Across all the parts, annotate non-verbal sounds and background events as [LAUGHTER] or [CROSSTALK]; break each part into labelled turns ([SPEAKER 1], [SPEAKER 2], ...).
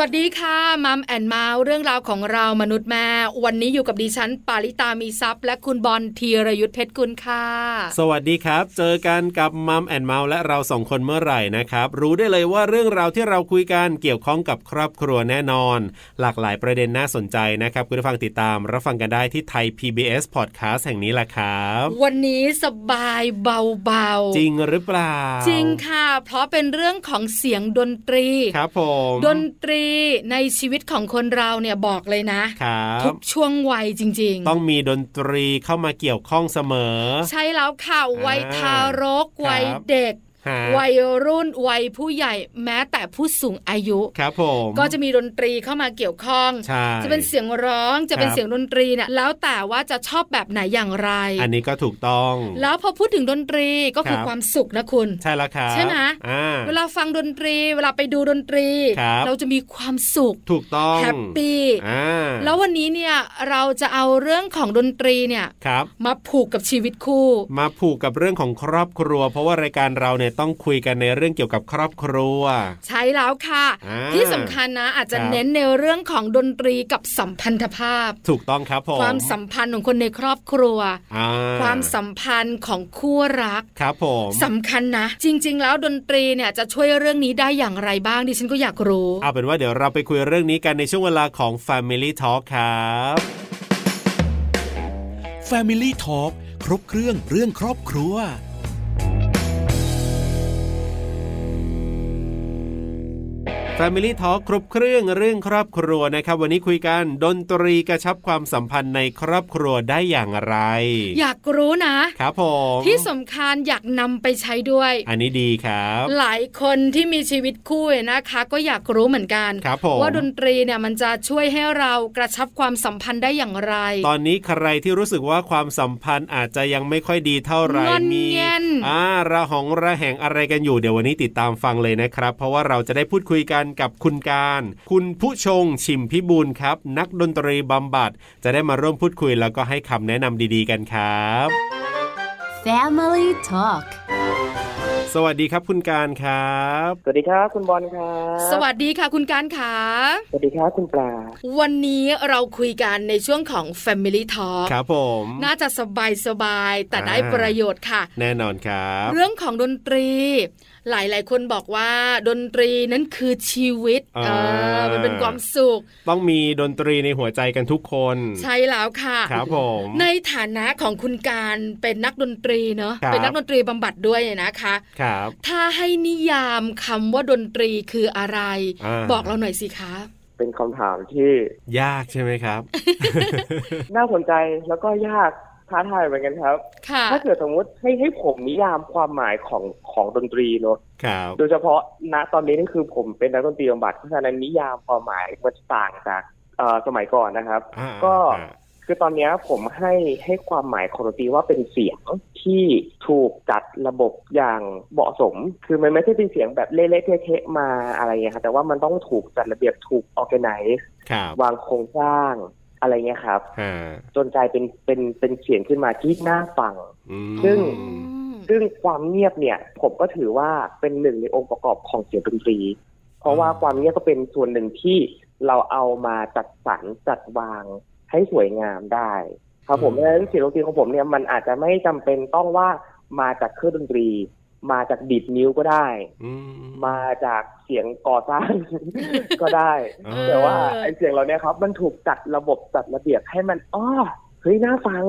[SPEAKER 1] สวัสดีค่ะมัมแอนเมาส์เรื่องราวของเรามนุษย์แม่ วันนี้อยู่กับดิฉัน ปาริตามีซัพย์ และคุณบอลธีรยุทธเพชรกุลค่ะ
[SPEAKER 2] สวัสดีครับ เจอกันกับมัมแอนเมาส์และเราสองคนเมื่อไหร่นะครับ รู้ได้เลยว่าเรื่องราวที่เราคุยกันเกี่ยวข้องกับครอบครัวแน่นอน หลากหลายประเด็นน่าสนใจนะครับ คุณผู้ฟังติดตาม รับฟังกันได้ที่ไทย PBS Podcast แห่งนี้แหละครับ
[SPEAKER 1] วันนี้สบายเบาๆ
[SPEAKER 2] จริงหรือเปล่า
[SPEAKER 1] จริงค่ะ เพราะเป็นเรื่องของเสียงดนตรี
[SPEAKER 2] ครับผม
[SPEAKER 1] ดนตรีในชีวิตของคนเราเนี่ยบอกเลยนะ
[SPEAKER 2] ครับ
[SPEAKER 1] ทุกช่วงวัยจริง ๆ
[SPEAKER 2] ต้องมีดนตรีเข้ามาเกี่ยวข้องเสมอ
[SPEAKER 1] ใช่แล้วค่ะวัยทารก
[SPEAKER 2] ครับ
[SPEAKER 1] วัยเด็ก
[SPEAKER 2] ฮะ
[SPEAKER 1] วัยรุ่นวัยผู้ใหญ่แม้แต่ผู้สูงอายุ
[SPEAKER 2] ครับผม
[SPEAKER 1] ก็จะมีดนตรีเข้ามาเกี่ยวข้อง
[SPEAKER 2] ใช่
[SPEAKER 1] จะเป็นเสียงร้องจะเป็น
[SPEAKER 2] ครับ
[SPEAKER 1] เสียงดนตรีเนี่ยแล้วแต่ว่าจะชอบแบบไหนอย่างไร
[SPEAKER 2] อันนี้ก็ถูกต้อง
[SPEAKER 1] แล้วพอพูดถึงดนตรีก็คือ
[SPEAKER 2] ครับ
[SPEAKER 1] ความสุขนะคุณ
[SPEAKER 2] ใช่แล้วครับ
[SPEAKER 1] ใช่ไหม
[SPEAKER 2] อ่า
[SPEAKER 1] เวลาฟังดนตรี เวลาไปดูดนตรี
[SPEAKER 2] ครับ
[SPEAKER 1] เราจะมีความสุข
[SPEAKER 2] ถูกต้อง
[SPEAKER 1] แฮปปี้
[SPEAKER 2] อ่า
[SPEAKER 1] แล้ววันนี้เนี่ยเราจะเอาเรื่องของดนตรีเนี่ย
[SPEAKER 2] ครับ
[SPEAKER 1] มาผูกกับชีวิตคู่
[SPEAKER 2] มาผูกกับเรื่องของครอบครัว เพราะว่ารายการเราเนี่ยต้องคุยกันในเรื่องเกี่ยวกับครอบครัว
[SPEAKER 1] ใช้แล้วค่ะ
[SPEAKER 2] อ่า
[SPEAKER 1] ที่สำคัญนะอาจจะ
[SPEAKER 2] ครับ
[SPEAKER 1] เน้นในเรื่องของดนตรีกับสัมพันธภาพ
[SPEAKER 2] ถูกต้องครับผม
[SPEAKER 1] ความสัมพันธ์ของคนในครอบครัว
[SPEAKER 2] อ่
[SPEAKER 1] ความสัมพันธ์ของคู่รัก
[SPEAKER 2] ครับผม
[SPEAKER 1] สำคัญนะ จริง ๆ แล้วดนตรีเนี่ยจะช่วยเรื่องนี้ได้อย่างไรบ้างดิฉันก็อยากรู้
[SPEAKER 2] เอาเป็นว่าเดี๋ยวเราไปคุยเรื่องนี้กันในช่วงเวลาของ Family Talk ครับ
[SPEAKER 3] Family Talk ครบเครื่องเรื่องครอบครัว
[SPEAKER 2] Family Talk ครบเครื่องเรื่องครอบครัวนะครับ วันนี้คุยกันดนตรีกระชับความสัมพันธ์ในครอบครัวได้อย่างไร
[SPEAKER 1] อยากรู้นะ
[SPEAKER 2] ครับผม
[SPEAKER 1] ที่สำคัญอยากนำไปใช้ด้วย
[SPEAKER 2] อันนี้ดีครับ
[SPEAKER 1] หลายคนที่มีชีวิตคู่เนี่ยนะคะ ก็อยากรู้เหมือนกัน
[SPEAKER 2] ครับผม
[SPEAKER 1] ว่าดนตรีเนี่ยมันจะช่วยให้เรากระชับความสัมพันธ์ได้อย่างไร
[SPEAKER 2] ตอนนี้ใครที่รู้สึกว่าความสัมพันธ์อาจจะยังไม่ค่อยดีเท่าไหร่
[SPEAKER 1] งอน
[SPEAKER 2] มี
[SPEAKER 1] เงียน
[SPEAKER 2] อ่าระหองระแหงอะไรกันอยู่เดี๋ยววันนี้ติดตามฟังเลยนะครับ เพราะว่าเราจะได้พูดคุยกันกับคุณการ คุณผู้ชงชิมพิบูลครับ นักดนตรีบำบัด จะได้มาร่วมพูดคุยแล้วก็ให้คำแนะนำดีๆกันครับ
[SPEAKER 4] Family Talk
[SPEAKER 2] สวัสดีครับคุณการครับ
[SPEAKER 5] สวัสดีครับคุณบอลครับ
[SPEAKER 1] สวัสดีค่ะคุณการขา
[SPEAKER 5] สวัสดีครับคุณปลา
[SPEAKER 1] วันนี้เราคุยกันในช่วงของ Family Talk
[SPEAKER 2] ครับผม
[SPEAKER 1] น่าจะสบายสบายๆแต่ได้
[SPEAKER 2] อ่า
[SPEAKER 1] ประโยชน์ค่ะ
[SPEAKER 2] แน่นอนครับ
[SPEAKER 1] เรื่องของดนตรี หลายๆ คนบอกว่าดนตรีนั้นคือชีวิต
[SPEAKER 2] อ่า
[SPEAKER 1] เออมันเป็นความสุข
[SPEAKER 2] ต้องมีดนตรีในหัวใจกันทุกคน
[SPEAKER 1] ใช่แล้วค่ะ
[SPEAKER 2] ครับผม
[SPEAKER 1] ในฐานะของคุณการเป็นนักดนตรีเนอะ
[SPEAKER 2] ครับ
[SPEAKER 1] เป็นนักดนตรีบำบัดด้วยเนี่ยนะคะ
[SPEAKER 2] ครับ
[SPEAKER 1] ถ้าให้นิยามคำว่าดนตรีคืออะไร
[SPEAKER 2] อ่า
[SPEAKER 1] บอกเราหน่อยสิคะ
[SPEAKER 5] เป็นคำถามที่ [LAUGHS]
[SPEAKER 2] ยากใช่ไหมครับ
[SPEAKER 5] น่าสนใจแล้วก็ยากท้าทายเหมือนกันครับ
[SPEAKER 1] ค่ะ
[SPEAKER 5] ถ้าเกิดสมมติให้ให้ผมนิยามความหมายของของดนตรีเนอะ
[SPEAKER 2] ครับ
[SPEAKER 5] โดยเฉพาะณตอนนี้นี่คือผมเป็นนักดนตรีบำบัดเพราะฉะนั้นนิยามความหมายมันต่างจากเอ่อสมัยก่อนนะครับ
[SPEAKER 2] อ่า
[SPEAKER 5] ก็
[SPEAKER 2] อ่า
[SPEAKER 5] คือตอนเนี้ยผมให้ให้ความหมายของดนตรีว่าเป็นเสียงที่ถูกจัดระบบอย่างเหมาะสม คือมันไม่ใช่เป็นเสียงแบบเละๆเทะๆมาอะไรเงี้ยครับแต่ว่ามันต้องถูกจัดระเบียบถูกออแกไน
[SPEAKER 2] ครับ
[SPEAKER 5] วางโครงสร้างอะไรเงี้ยครับ
[SPEAKER 2] อ่า
[SPEAKER 5] จนกลายเป็นเป็นเป็นเสียงขึ้นมาที่น่าฟัง
[SPEAKER 2] อืม
[SPEAKER 5] ซึ่ง
[SPEAKER 1] อืม
[SPEAKER 5] ซึ่งความเงียบเนี่ย ผมก็ถือว่าเป็นหนึ่งในองค์ประกอบของเสียงดนตรี เพราะว่าความเงียบก็เป็นส่วนหนึ่งที่เราเอามาจัดสรรจัดวางให้สวยงามได้ ครับผมเพราะฉะนั้นเสียงดนตรีของผมเนี่ยมันอาจจะไม่จำเป็นต้องว่ามาจากเครื่องดนตรี มาจากดีดนิ้วก็ได้
[SPEAKER 2] อื
[SPEAKER 5] มาจากเสียงก่อสร้าง [LAUGHS] ก็ได้
[SPEAKER 2] เออ
[SPEAKER 5] แต่ว่า
[SPEAKER 1] เออ
[SPEAKER 5] ไอเสียงเราเนี่ยครับ มันถูกจัดระบบจัดระเบียบให้มันอ้อเฮ้ยน่าฟัง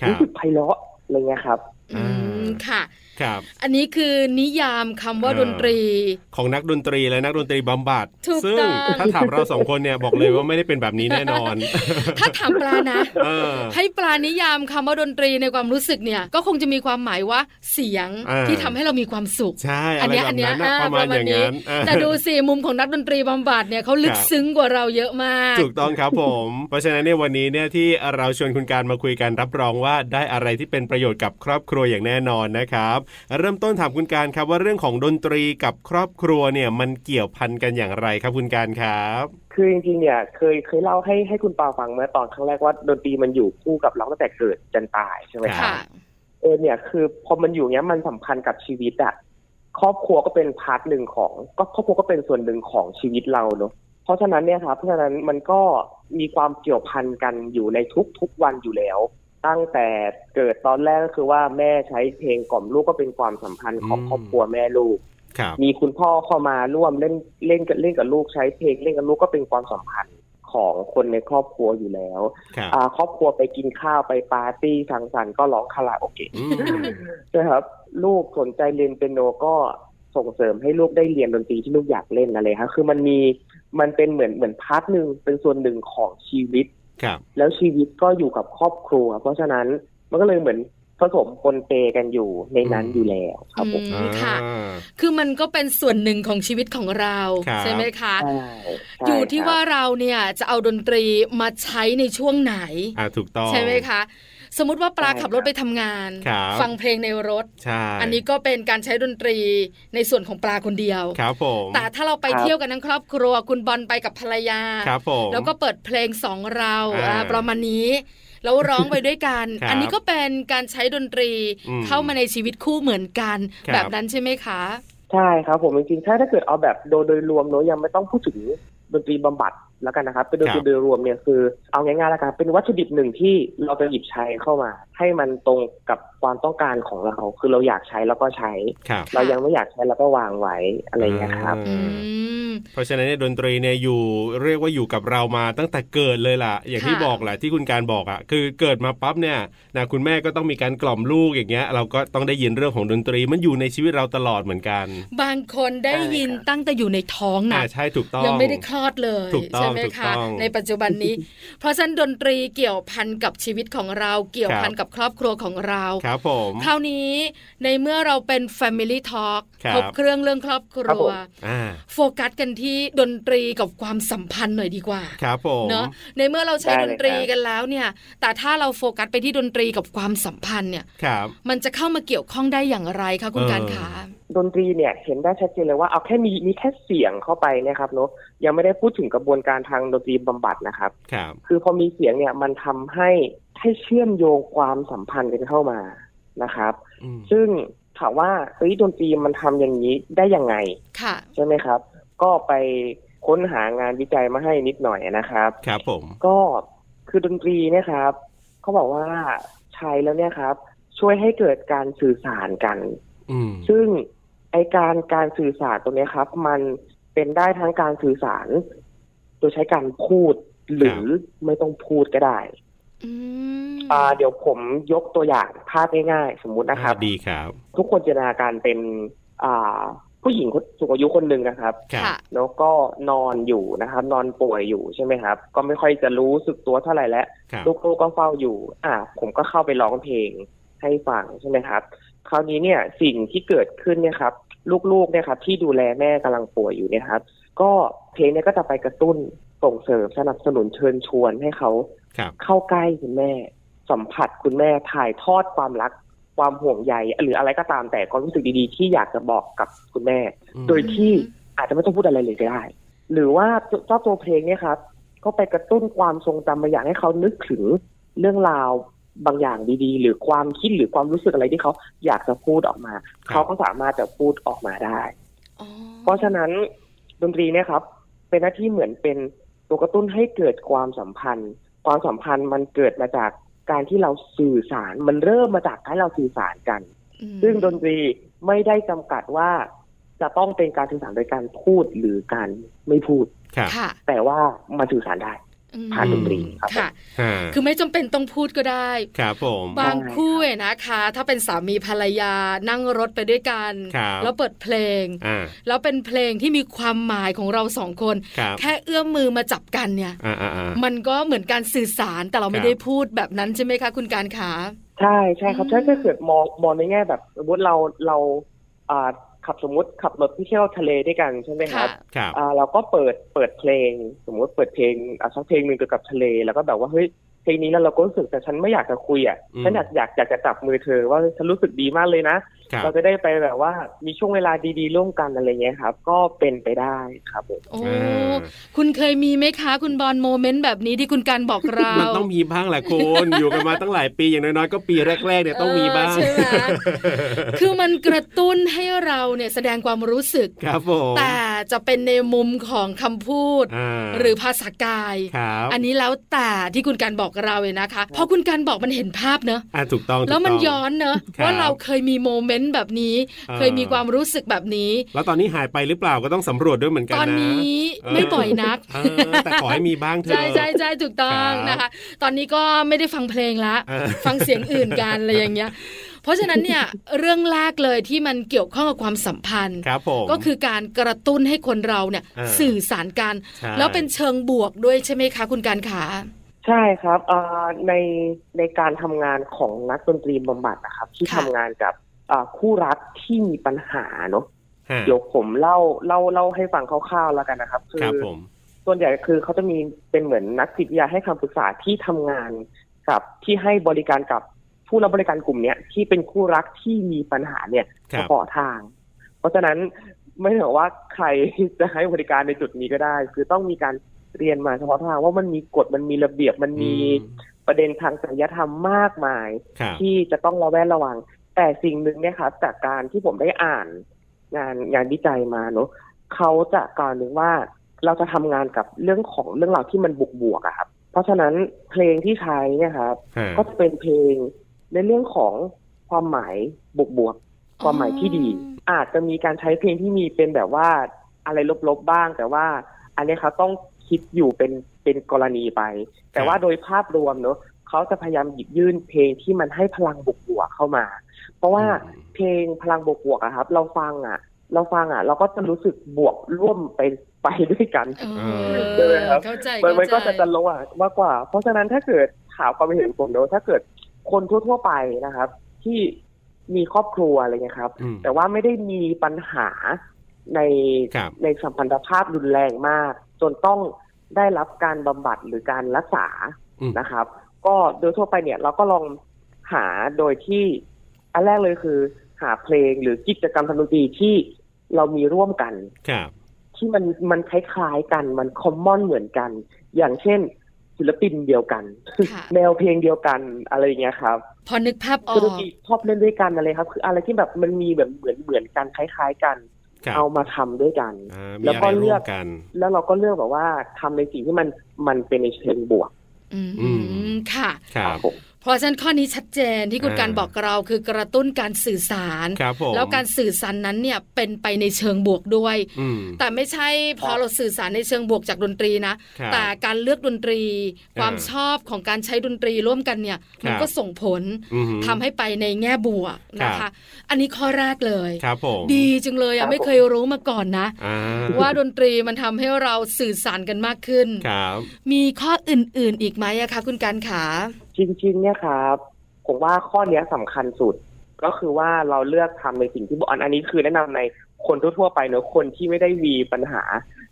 [SPEAKER 2] ครั
[SPEAKER 5] รู้
[SPEAKER 2] บ
[SPEAKER 5] สึกไพเราะอะไรเงี้ยครับ
[SPEAKER 1] อืมค่ะ
[SPEAKER 2] ครับ
[SPEAKER 1] อันนี้คือนิยามคำว่า
[SPEAKER 2] เออ
[SPEAKER 1] ดนตรี
[SPEAKER 2] ของนักดนตรีและนักดนตรีบำบัด
[SPEAKER 1] ถูก
[SPEAKER 2] ซึ่ง
[SPEAKER 1] ต้อง
[SPEAKER 2] ถ้าถามเราสองคนเนี่ย บอกเลยว่าไม่ได้เป็นแบบนี้แน่นอน
[SPEAKER 1] ถ้าถามปลานะ
[SPEAKER 2] เออ
[SPEAKER 1] ให้ปลานิยามคำว่าดนตรีในความรู้สึกเนี่ย ก็คงจะมีความหมายว่าเสียง
[SPEAKER 2] อ่า
[SPEAKER 1] ที่ทำให้เรามีความสุข
[SPEAKER 2] ใช่
[SPEAKER 1] อั
[SPEAKER 2] อะไร
[SPEAKER 1] เนี้ยอั
[SPEAKER 2] แบบ
[SPEAKER 1] เนี้ย
[SPEAKER 2] นั้นนะประมาณอย่าง
[SPEAKER 1] นี้
[SPEAKER 2] นั้นอ่า
[SPEAKER 1] แต่ดูสิมุมของนักดนตรีบำบัดเนี่ยเขาลึ
[SPEAKER 2] ค
[SPEAKER 1] ก
[SPEAKER 2] รับ
[SPEAKER 1] ซึ้งกว่าเราเยอะมาก
[SPEAKER 2] ถูกต้องครับผม [LAUGHS] เพราะฉะนั้นเนี่ยวันนี้เนี่ยที่เราชวนคุณการมาคุยกันรับรองว่าได้อะไรที่เป็นประโยชน์กับครอบครัวอย่างแน่นอนนะครับ เริ่มต้นถามคุณการครับว่าเรื่องของดนตรีกับครอบครัวเนี่ยมันเกี่ยวพันกันอย่างไรครับคุณการครับ
[SPEAKER 5] คือจริงๆเนี่ยเคยเคยเล่าให้ให้คุณปาฟังเมื่อตอนครั้งแรกว่าดนตรีมันอยู่คู่กับเราตั้งแต่เกิดจนตายใช่ไหม
[SPEAKER 2] ค
[SPEAKER 5] ค
[SPEAKER 2] รั
[SPEAKER 5] รับ บ
[SPEAKER 1] ค่ะ
[SPEAKER 5] เออเนี่ยคือพอมันอยู่เนี้ยมันสัมพันธ์กับชีวิตอะครอบครัวก็เป็นพาร์ทหนึ่งของก็ครอบครัวก็เป็นส่วนหนึ่งของชีวิตเราเนอะเพราะฉะนั้นเนี่ยครับเพราะฉะนั้นมันก็มีความเกี่ยวพันกันอยู่ในทุกๆวันอยู่แล้ว ตั้งแต่เกิดตอนแรกก็คือว่าแม่ใช้เพลงกล่อมลูกก็เป็นความสัมพันธ์ของ
[SPEAKER 2] อืม
[SPEAKER 5] ครอบครัวแม่ลูก
[SPEAKER 2] ครับ
[SPEAKER 5] มีคุณพ่อเข้ามาร่วมเล่นเล่นกับเล่นกับลูกใช้เพลงเล่นกับลูกก็เป็นความสัมพันธ์ของคนในครอบครัวอยู่แล้ว
[SPEAKER 2] ครับ
[SPEAKER 5] อ่าครอบครัวไปกินข้าวไปปาร์ตี้สังสรรค์ก็ร้องคาราโอเกะ
[SPEAKER 2] อืม
[SPEAKER 5] ใช่ครับ ลูกสนใจเรียนเปียโนก็ส่งเสริมให้ลูกได้เรียนดนตรีที่ลูกอยากเล่นอะไรครับคือมันมีมันเป็นเหมือนเหมือนพาร์ทหนึ่งเป็นส่วนหนึ่งของชีวิต
[SPEAKER 2] ครับ
[SPEAKER 5] แล้วชีวิตก็อยู่กับครอบครัว เพราะฉะนั้นมันก็เลยเหมือนผสมปนเปกันอยู่ในนั้นอยู่แล้วครับผม
[SPEAKER 1] อืม [LAUGHS] ค่ะ
[SPEAKER 2] อ่า
[SPEAKER 1] คือมันก็เป็นส่วนหนึ่งของชีวิตของเรา
[SPEAKER 2] ครับ
[SPEAKER 1] ใช่ไหมคะ
[SPEAKER 5] ใช่ใช่
[SPEAKER 1] อยู่ที่
[SPEAKER 5] ครับ
[SPEAKER 1] ว่าเราเนี่ยจะเอาดนตรีมาใช้ในช่วงไหน
[SPEAKER 2] อ่าถูกต้อง
[SPEAKER 1] ใช่ไหมคะ สมมติว่าปลาขับรถไปทำงาน
[SPEAKER 2] ครับ
[SPEAKER 1] ฟังเพลงในรถ
[SPEAKER 2] ใช่
[SPEAKER 1] อันนี้ก็เป็นการใช้ดนตรีในส่วนของปลาคนเดียว
[SPEAKER 2] ครับผม
[SPEAKER 1] แต่ถ้าเราไป
[SPEAKER 5] ครับ
[SPEAKER 1] เที่ยวกันทั้งครอบครัวคุณบอลไปกับภรรยา
[SPEAKER 2] ครับผม
[SPEAKER 1] แล้วก็เปิดเพลงสองเรา
[SPEAKER 2] อ่า
[SPEAKER 1] อ่าประมาณนี้ แล้วร้องไปด้วยกัน
[SPEAKER 2] ครับ
[SPEAKER 1] อันนี้ก็เป็นการใช้ดนตรี
[SPEAKER 2] อืม
[SPEAKER 1] เข้ามาในชีวิตคู่เหมือนกัน
[SPEAKER 2] ครับ
[SPEAKER 1] แบบนั้นใช่ไหมคะ
[SPEAKER 5] ใช่ครับผมจริงๆถ้าถ้าเกิดเอาแบบโดยโดยรวมเนอะยังไม่ต้องพูดถึงดนตรีบำบัดแล้วกันนะครับเป็นดนต
[SPEAKER 2] ค
[SPEAKER 5] รี
[SPEAKER 2] รับ
[SPEAKER 5] โดยรวมเนี่ยคือเอาง่ายๆแล้วกันเป็นวัตถุดิบหนึ่งที่เราจะหยิบใช้เข้ามา ให้มันตรงกับความต้องการของเรา คือเราอยากใช้แล้วก็ใช้
[SPEAKER 2] ครับ
[SPEAKER 5] เรายังไม่อยากใช้แล้วก็วางไว้อะไรอย่างเงี้ยครับ
[SPEAKER 1] อื
[SPEAKER 2] อ่าม เพราะฉะนั้นเนี่ยดนตรีเนี่ยอยู่เรียกว่าอยู่กับเรามาตั้งแต่เกิดเลยล่ะ อย่างที่
[SPEAKER 1] ค่ะ
[SPEAKER 2] บอกแหละที่คุณการบอกอ่ะคือเกิดมาปั๊บเนี่ยนะคุณแม่ก็ต้องมีการกล่อมลูกอย่างเงี้ย เราก็ต้องได้ยินเรื่องของดนตรีมันอยู่ในชีวิตเราตลอดเหมือนกัน
[SPEAKER 1] บางคนได้
[SPEAKER 5] ใช่ครับ
[SPEAKER 1] ยินตั้งแต่อยู่ในท้อง
[SPEAKER 2] อ่า
[SPEAKER 1] นะ
[SPEAKER 2] ใช่ถูกต้อง
[SPEAKER 1] ยังไม่ได้คลอดเลย
[SPEAKER 2] ถูกต้อง
[SPEAKER 1] ใช่ไหม
[SPEAKER 2] ถูก
[SPEAKER 1] คะ
[SPEAKER 2] ต้อง
[SPEAKER 1] ในปัจจุบันนี้ เพราะฉะนั้นดนตรีเกี่ยวพันกับชีวิตของเรา เกี่ยวพัน
[SPEAKER 2] ครับ
[SPEAKER 1] กับครอบครัวของเรา
[SPEAKER 2] ครับผม
[SPEAKER 1] คราวนี้ในเมื่อเราเป็น Family Talk
[SPEAKER 2] ครับ
[SPEAKER 1] บเครื่องเรื่องครอบค
[SPEAKER 5] ครั
[SPEAKER 1] รับ
[SPEAKER 5] ผ
[SPEAKER 1] ว
[SPEAKER 5] ม
[SPEAKER 2] อ่า
[SPEAKER 1] โฟกัสกันที่ดนตรีกับความสัมพันธ์หน่อยดีกว่า
[SPEAKER 2] ครับผม
[SPEAKER 1] เนาะในเมื่อเราใช้ด
[SPEAKER 5] ได้เลย
[SPEAKER 1] นตรี
[SPEAKER 5] ครับ
[SPEAKER 1] กันแล้วเนี่ย แต่ถ้าเราโฟกัสไปที่ดนตรีกับความสัมพันธ์เนี่ย
[SPEAKER 2] ครับ
[SPEAKER 1] มันจะเข้ามาเกี่ยวข้องได้อย่างไรคะคุณ
[SPEAKER 2] เออ
[SPEAKER 1] การขา
[SPEAKER 5] ดนตรีเนี่ยเห็นได้ชัดเจนเลยว่าเอาแค่มีมีแค่เสียงเข้าไปเนะครับเนอะยังไม่ได้พูดถึงกระบวนการทางดนตรีบำบัดนะครับ
[SPEAKER 2] ครับ
[SPEAKER 5] คือพอมีเสียงเนี่ยมันทำให้ให้เชื่อมโยงความสัมพันธ์กันเข้ามานะครับ
[SPEAKER 2] อืม
[SPEAKER 5] ซึ่งถามว่าเฮ้ยดนตรีมันทำอย่างนี้ได้ยังไง
[SPEAKER 1] ค่ะ
[SPEAKER 5] ใช่ไหมครับ ก็ไปค้นหางานวิจัยมาให้นิดหน่อยนะครับ
[SPEAKER 2] ครับผม
[SPEAKER 5] ก็คือดนตรีเนะครับเขาบอกว่าใช้แล้วเนี่ยครับ ช่วยให้เกิดการสื่อสารกัน
[SPEAKER 2] อืม
[SPEAKER 5] ซึ่งไอการการสื่อสารตรงเนี้ยครับ มันเป็นได้ทั้งการสื่อสาร โดยใช้การพูดหรือไม่ต้องพูดก็ได้
[SPEAKER 1] อืม
[SPEAKER 5] อ่าเดี๋ยวผมยกตัวอย่างภาพง่ายๆ สมมุตินะครับ
[SPEAKER 2] ดีครับ
[SPEAKER 5] ทุกคนจินตนาการเป็นอ่าผู้หญิงคนสูงอายุคนหนึ่งนะครับ
[SPEAKER 2] รับ
[SPEAKER 1] ค่ะ
[SPEAKER 5] แล้วก็นอนอยู่นะครับ นอนป่วยอยู่ใช่ไหมครับ ก็ไม่ค่อยจะรู้สึกตัวเท่าไหร่แล้ว
[SPEAKER 2] ครับ
[SPEAKER 5] ลูกๆก็เฝ้าอยู่ อ่า ผมก็เข้าไปร้องเพลงให้ฟังใช่ไหมครับ คราวนี้เนี่ยสิ่งที่เกิดขึ้นเนี่ยครับ ลูกๆเนี่ยครับ ที่ดูแลแม่กำลังป่วยอยู่เนี่ยครับ ก็เพลงเนี่ยก็จะไปกระตุ้นส่งเสริมสนับสนุนเชิญชวนให้เขา
[SPEAKER 2] ครับ
[SPEAKER 5] เข้าใกล้คุณแม่ สัมผัสคุณแม่ถ่ายทอดความรัก ความห่วงใยหรืออะไรก็ตามแต่ความรู้สึกดีๆ ที่อยากจะบอกกับคุณแม่
[SPEAKER 2] อืม
[SPEAKER 5] โดยที่อาจจะไม่ต้องพูดอะไรเลยก็ได้ หรือว่าเจ้าตัวเพลงเนี่ยครับ ก็ไปกระตุ้นความทรงจำบางอย่างให้เขานึกถึงเรื่องราวบางอย่างดีๆ หรือความคิดหรือความรู้สึกอะไรที่เขาอยากจะพูดออกมา เขาก็สามารถจะพูดออกมาได้
[SPEAKER 1] อ๋อ
[SPEAKER 5] เพราะฉะนั้นดนตรีเนี่ยครับ เป็นหน้าที่เหมือนเป็นตัวกระตุ้นให้เกิดความสัมพันธ์ ความสัมพันธ์มันเกิดมาจากการที่เราสื่อสาร มันเริ่มมาจากการเราสื่อสารกัน
[SPEAKER 1] อืม
[SPEAKER 5] ซึ่งดนตรีไม่ได้จำกัดว่าจะต้องเป็นการสื่อสารโดยการพูดหรือการไม่พูด
[SPEAKER 2] ครับ
[SPEAKER 1] ค่ะ
[SPEAKER 5] แต่ว่ามันสื่อสารได้
[SPEAKER 1] อืม
[SPEAKER 5] ผ่านดนตรีครับผม
[SPEAKER 1] ค่ะ
[SPEAKER 2] อ่า
[SPEAKER 1] คือไม่จำเป็นต้องพูดก็ได้
[SPEAKER 2] ครับผม
[SPEAKER 1] บางคู่เนี่ยนะคะ ถ้าเป็นสามีภรรยานั่งรถไปด้วยกัน
[SPEAKER 2] ครับ
[SPEAKER 1] แล้วเปิดเพลง
[SPEAKER 2] อ่า
[SPEAKER 1] แล้วเป็นเพลงที่มีความหมายของเราสองคน
[SPEAKER 2] ครับ
[SPEAKER 1] แค่เอื้อมมือมาจับกันเนี่ย
[SPEAKER 2] อ่าอ่าอ่า
[SPEAKER 1] มันก็เหมือนการสื่อสารแต่เรา
[SPEAKER 2] ค
[SPEAKER 1] ไม่
[SPEAKER 2] รับ
[SPEAKER 1] ได้พูดแบบนั้นใช่ไหมคะ คุณการขา
[SPEAKER 5] ใช่ใช่ครับ
[SPEAKER 1] อืม
[SPEAKER 5] ใช่ถ้าเกิดมองมองในแง่แบบสมมติเราเราอ่าขับสมมติขับรถไปเที่ยวทะเลด้วยกันใช่ไหมครับ
[SPEAKER 2] ครับ
[SPEAKER 5] อ่าเราก็เปิดเปิดเพลง สมมติเปิดเพลงอ่ะสักเพลงหนึ่งเกี่ยวกับทะเล แล้วก็แบบว่าเฮ้ย เพลงนี้แล้วเราก็รู้สึกแต่ฉันไม่อยากจะคุยอ่ะ
[SPEAKER 2] อืม
[SPEAKER 5] ฉันอยากอยากอยากจะจับมือเธอว่าฉันรู้สึกดีมากเลยนะ
[SPEAKER 2] ครับ
[SPEAKER 5] เราจะได้ไปแบบว่ามีช่วงเวลาดีๆ ร่วมกันอะไรเงี้ยครับ ก็เป็นไปได้ครับผม
[SPEAKER 1] โอ้
[SPEAKER 2] อ่า
[SPEAKER 1] คุณเคยมีไหมคะ คุณบอลโมเมนต์แบบนี้ที่คุณการบอกเรา
[SPEAKER 2] [LAUGHS] มันต้องมีบ้างแหละคุณ
[SPEAKER 1] [LAUGHS]
[SPEAKER 2] อยู่กันมาตั้งหลายปีอย่างน้อยๆก็ปีแรกๆเนี่ยต้องมีบ้าง
[SPEAKER 1] เออใช่ไห
[SPEAKER 2] [LAUGHS]
[SPEAKER 1] มคือมันกระตุ้นให้เราเนี่ยแสดงความรู้สึก
[SPEAKER 2] ครับผม
[SPEAKER 1] แต่จะเป็นในมุมของคำพูด
[SPEAKER 2] อ่า
[SPEAKER 1] หรือภาษากาย
[SPEAKER 2] ครับ
[SPEAKER 1] อันนี้แล้วแต่ที่คุณการบอกเราเลยนะคะพอคุณการบอกมันเห็นภาพเนอะ
[SPEAKER 2] อ่ะถูกต้อง
[SPEAKER 1] แล้วมัน
[SPEAKER 2] ถูกต้อง
[SPEAKER 1] ย้อนเนอะ
[SPEAKER 2] ครับ
[SPEAKER 1] ว่าเราเคยมีโมเมนต์แบบนี้
[SPEAKER 2] เออ
[SPEAKER 1] เคยมีความรู้สึกแบบนี้
[SPEAKER 2] แล้วตอนนี้หายไปหรือเปล่าก็ต้องสำรวจด้วยเหมือนกั
[SPEAKER 1] ต
[SPEAKER 2] น
[SPEAKER 1] อน
[SPEAKER 2] นะ
[SPEAKER 1] นี้
[SPEAKER 2] เออ
[SPEAKER 1] ไม่บ่อยนัก
[SPEAKER 2] เออแต่ขอให้มีบ้างเถอะ
[SPEAKER 1] ใช่ใช่ใช่ถูกต้อง
[SPEAKER 2] ครับ
[SPEAKER 1] นะคะ ตอนนี้ก็ไม่ได้ฟังเพลงละ
[SPEAKER 2] เออ
[SPEAKER 1] ฟังเสียงอื่นกันอะไรอย่างเงี้ย เพราะฉะนั้นเนี่ย เรื่องแรกเลยที่มันเกี่ยวข้องกับความสัมพันธ์
[SPEAKER 2] ครับผม
[SPEAKER 1] ก็คือการกระตุ้นให้คนเราเนี่ย
[SPEAKER 2] เออ
[SPEAKER 1] สื่อสารกัน
[SPEAKER 2] ใช่
[SPEAKER 1] แล้วเป็นเชิงบวกด้วยใช่ไหมคะ คุณการขา
[SPEAKER 5] ใช่ครับเอ่อในในการทำงานของนักดนตรีบำบัดนะครับ ที่
[SPEAKER 1] ค่ะ
[SPEAKER 5] ทำงานกับเอ่อคู่รักที่มีปัญหาเนาะ
[SPEAKER 2] ฮะ
[SPEAKER 5] เดี๋ยวผมเล่าเล่าเล่าให้ฟังคร่าวๆแล้วกันนะครับ คื
[SPEAKER 2] ครับ
[SPEAKER 5] อ
[SPEAKER 2] ผม
[SPEAKER 5] ส่วนใหญ่คือเขาจะมีเป็นเหมือนนักจิตวิทยาให้คำปรึกษาที่ทำงานกับที่ให้บริการกับผู้รับบริการกลุ่มเนี้ยที่เป็นคู่รักที่มีปัญหาเนี่ย
[SPEAKER 2] ครั
[SPEAKER 5] เฉ
[SPEAKER 2] บ
[SPEAKER 5] พาะทาง เพราะฉะนั้นไม่ได้บอกว่าใครจะให้บริการในจุดนี้ก็ได้ คือต้องมีการเรียนมาเฉพาะทางว่ามันมีกฎมันมีระเบียบมันมี
[SPEAKER 2] อื
[SPEAKER 5] ประเด็นทางจริยธรรมมากมาย
[SPEAKER 2] ครับ
[SPEAKER 5] ที่จะต้องระแวดระวัง แต่สิ่งหนึ่งเนี่ยครับจากการที่ผมได้อ่านงานงานวิจัยมาเนอะเขาจะกล่าวถึงว่าเราจะทำงานกับเรื่องของเรื่องราวที่มันบวกบวกๆอะครับ เพราะฉะนั้นเพลงที่ใช้เนี่ยครับ
[SPEAKER 2] ฮะ
[SPEAKER 5] ก็จะเป็นเพลงในเรื่องของความหมายบวกบวกๆความหมายที่ดี อาจจะมีการใช้เพลงที่มีเป็นแบบว่าอะไรลบๆบ้าง แต่ว่าอันเนี้ยครับต้องคิดอยู่เป็นเป็นกรณีไป แต่ว่าโดยภาพรวมเนอะเขาจะพยายามหยิบยื่นเพลงที่มันให้พลังบวกบวกๆเข้ามา เพราะว่าเพลงพลังบวกบวกๆอะครับ เราฟังอะเราฟังอะเราก็จะรู้สึกบวกร่วมไปไปด้วยกัน
[SPEAKER 1] เอ
[SPEAKER 5] ใช่ไหม
[SPEAKER 1] อ
[SPEAKER 5] ครับ
[SPEAKER 1] เข้าใจ
[SPEAKER 5] มันมันก็
[SPEAKER 1] เข้าใจ
[SPEAKER 5] จะจะลงอะมากกว่า เพราะฉะนั้นถ้าเกิดข่าวความเห็นผมเนอะถ้าเกิดคนทั่วๆไปนะครับ ที่มีครอบครัวอะไรเงี้ยครับ
[SPEAKER 2] อืม
[SPEAKER 5] แต่ว่าไม่ได้มีปัญหาใน
[SPEAKER 2] ครับ
[SPEAKER 5] ในสัมพันธภาพรุนแรงมาก จนต้องได้รับการบำบัดหรือการรักษา
[SPEAKER 2] อืม
[SPEAKER 5] นะครับ ก็โดยทั่วไปเนี่ยเราก็ลองหาโดยที่อันแรกเลยคือ หาเพลงหรือกิจกรรมทางดนตรีที่เรามีร่วมกัน
[SPEAKER 2] ครับ
[SPEAKER 5] ที่มันมันคล้ายๆกันมันคอมมอนเหมือนกัน อย่างเช่น ศิลปินเดียวกัน
[SPEAKER 1] ค่ะ
[SPEAKER 5] [LAUGHS] แนวเพลงเดียวกันอะไรอย่างเงี้ยครับ
[SPEAKER 1] พอนึกภาพอ
[SPEAKER 5] คือ อดน
[SPEAKER 1] ก
[SPEAKER 5] ตรีชอบเล่นด้วยกันอะไรครับ คืออะไรที่แบบมันมีแบบเหมือนเหมือนกันคล้าย ๆ กัน
[SPEAKER 2] ครับ
[SPEAKER 5] เอามาทำด้วยกัน
[SPEAKER 2] อ่ามี
[SPEAKER 5] แล้ว
[SPEAKER 2] อะ
[SPEAKER 5] ก็
[SPEAKER 2] ไร
[SPEAKER 5] เลื
[SPEAKER 2] ร่ว
[SPEAKER 5] อ
[SPEAKER 2] ม
[SPEAKER 5] ก
[SPEAKER 2] กัน
[SPEAKER 5] แล้วเราก็เลือกแบบว่าทำในสิ่งที่มันมันเป็นในเชิงบวก
[SPEAKER 1] อืม
[SPEAKER 2] อืม
[SPEAKER 1] ค่ะ
[SPEAKER 2] ครั
[SPEAKER 5] ครับ บผม
[SPEAKER 1] เพราะฉะนั้นข้อนี้ชัดเจนที่คุณ
[SPEAKER 2] อ่า
[SPEAKER 1] การบอกเราคือกระตุ้นการสื่อสาร
[SPEAKER 2] ครับผม
[SPEAKER 1] แล้วการสื่อสารนั้นเนี่ยเป็นไปในเชิงบวกด้วย
[SPEAKER 2] อืม
[SPEAKER 1] แต่ไม่ใช่พอเราสื่อสารในเชิงบวกจากดนตรีนะ
[SPEAKER 2] ครับ
[SPEAKER 1] แต่การเลือกดนตรี
[SPEAKER 2] อ
[SPEAKER 1] ความชอบของการใช้ดนตรีร่วมกันเนี่ย มัน
[SPEAKER 2] ครับ
[SPEAKER 1] ก็ส่งผล
[SPEAKER 2] อือฮึ
[SPEAKER 1] ทำให้ไปในแง่บวกนะ
[SPEAKER 2] ครั
[SPEAKER 1] คะ
[SPEAKER 2] บ
[SPEAKER 1] อันนี้ข้อแรกเลย
[SPEAKER 2] ครับผม
[SPEAKER 1] ดีจังเลยอ่ะไม่เคยรู้มาก่อนนะ
[SPEAKER 2] อ่า
[SPEAKER 1] ว่าดนตรีมันทำให้เราสื่อสารกันมากขึ้น
[SPEAKER 2] ครับ
[SPEAKER 1] มีข้ออื่นๆอีกไหมอะคะคุณการขา
[SPEAKER 5] จริงๆเนี่ยครับผมว่าข้อเนี้ยสำคัญสุด ก็คือว่าเราเลือกทำในสิ่งที่บวกอันอันนี้คือแนะนำในคนทั่วๆไปเนอะคนที่ไม่ได้มีปัญหา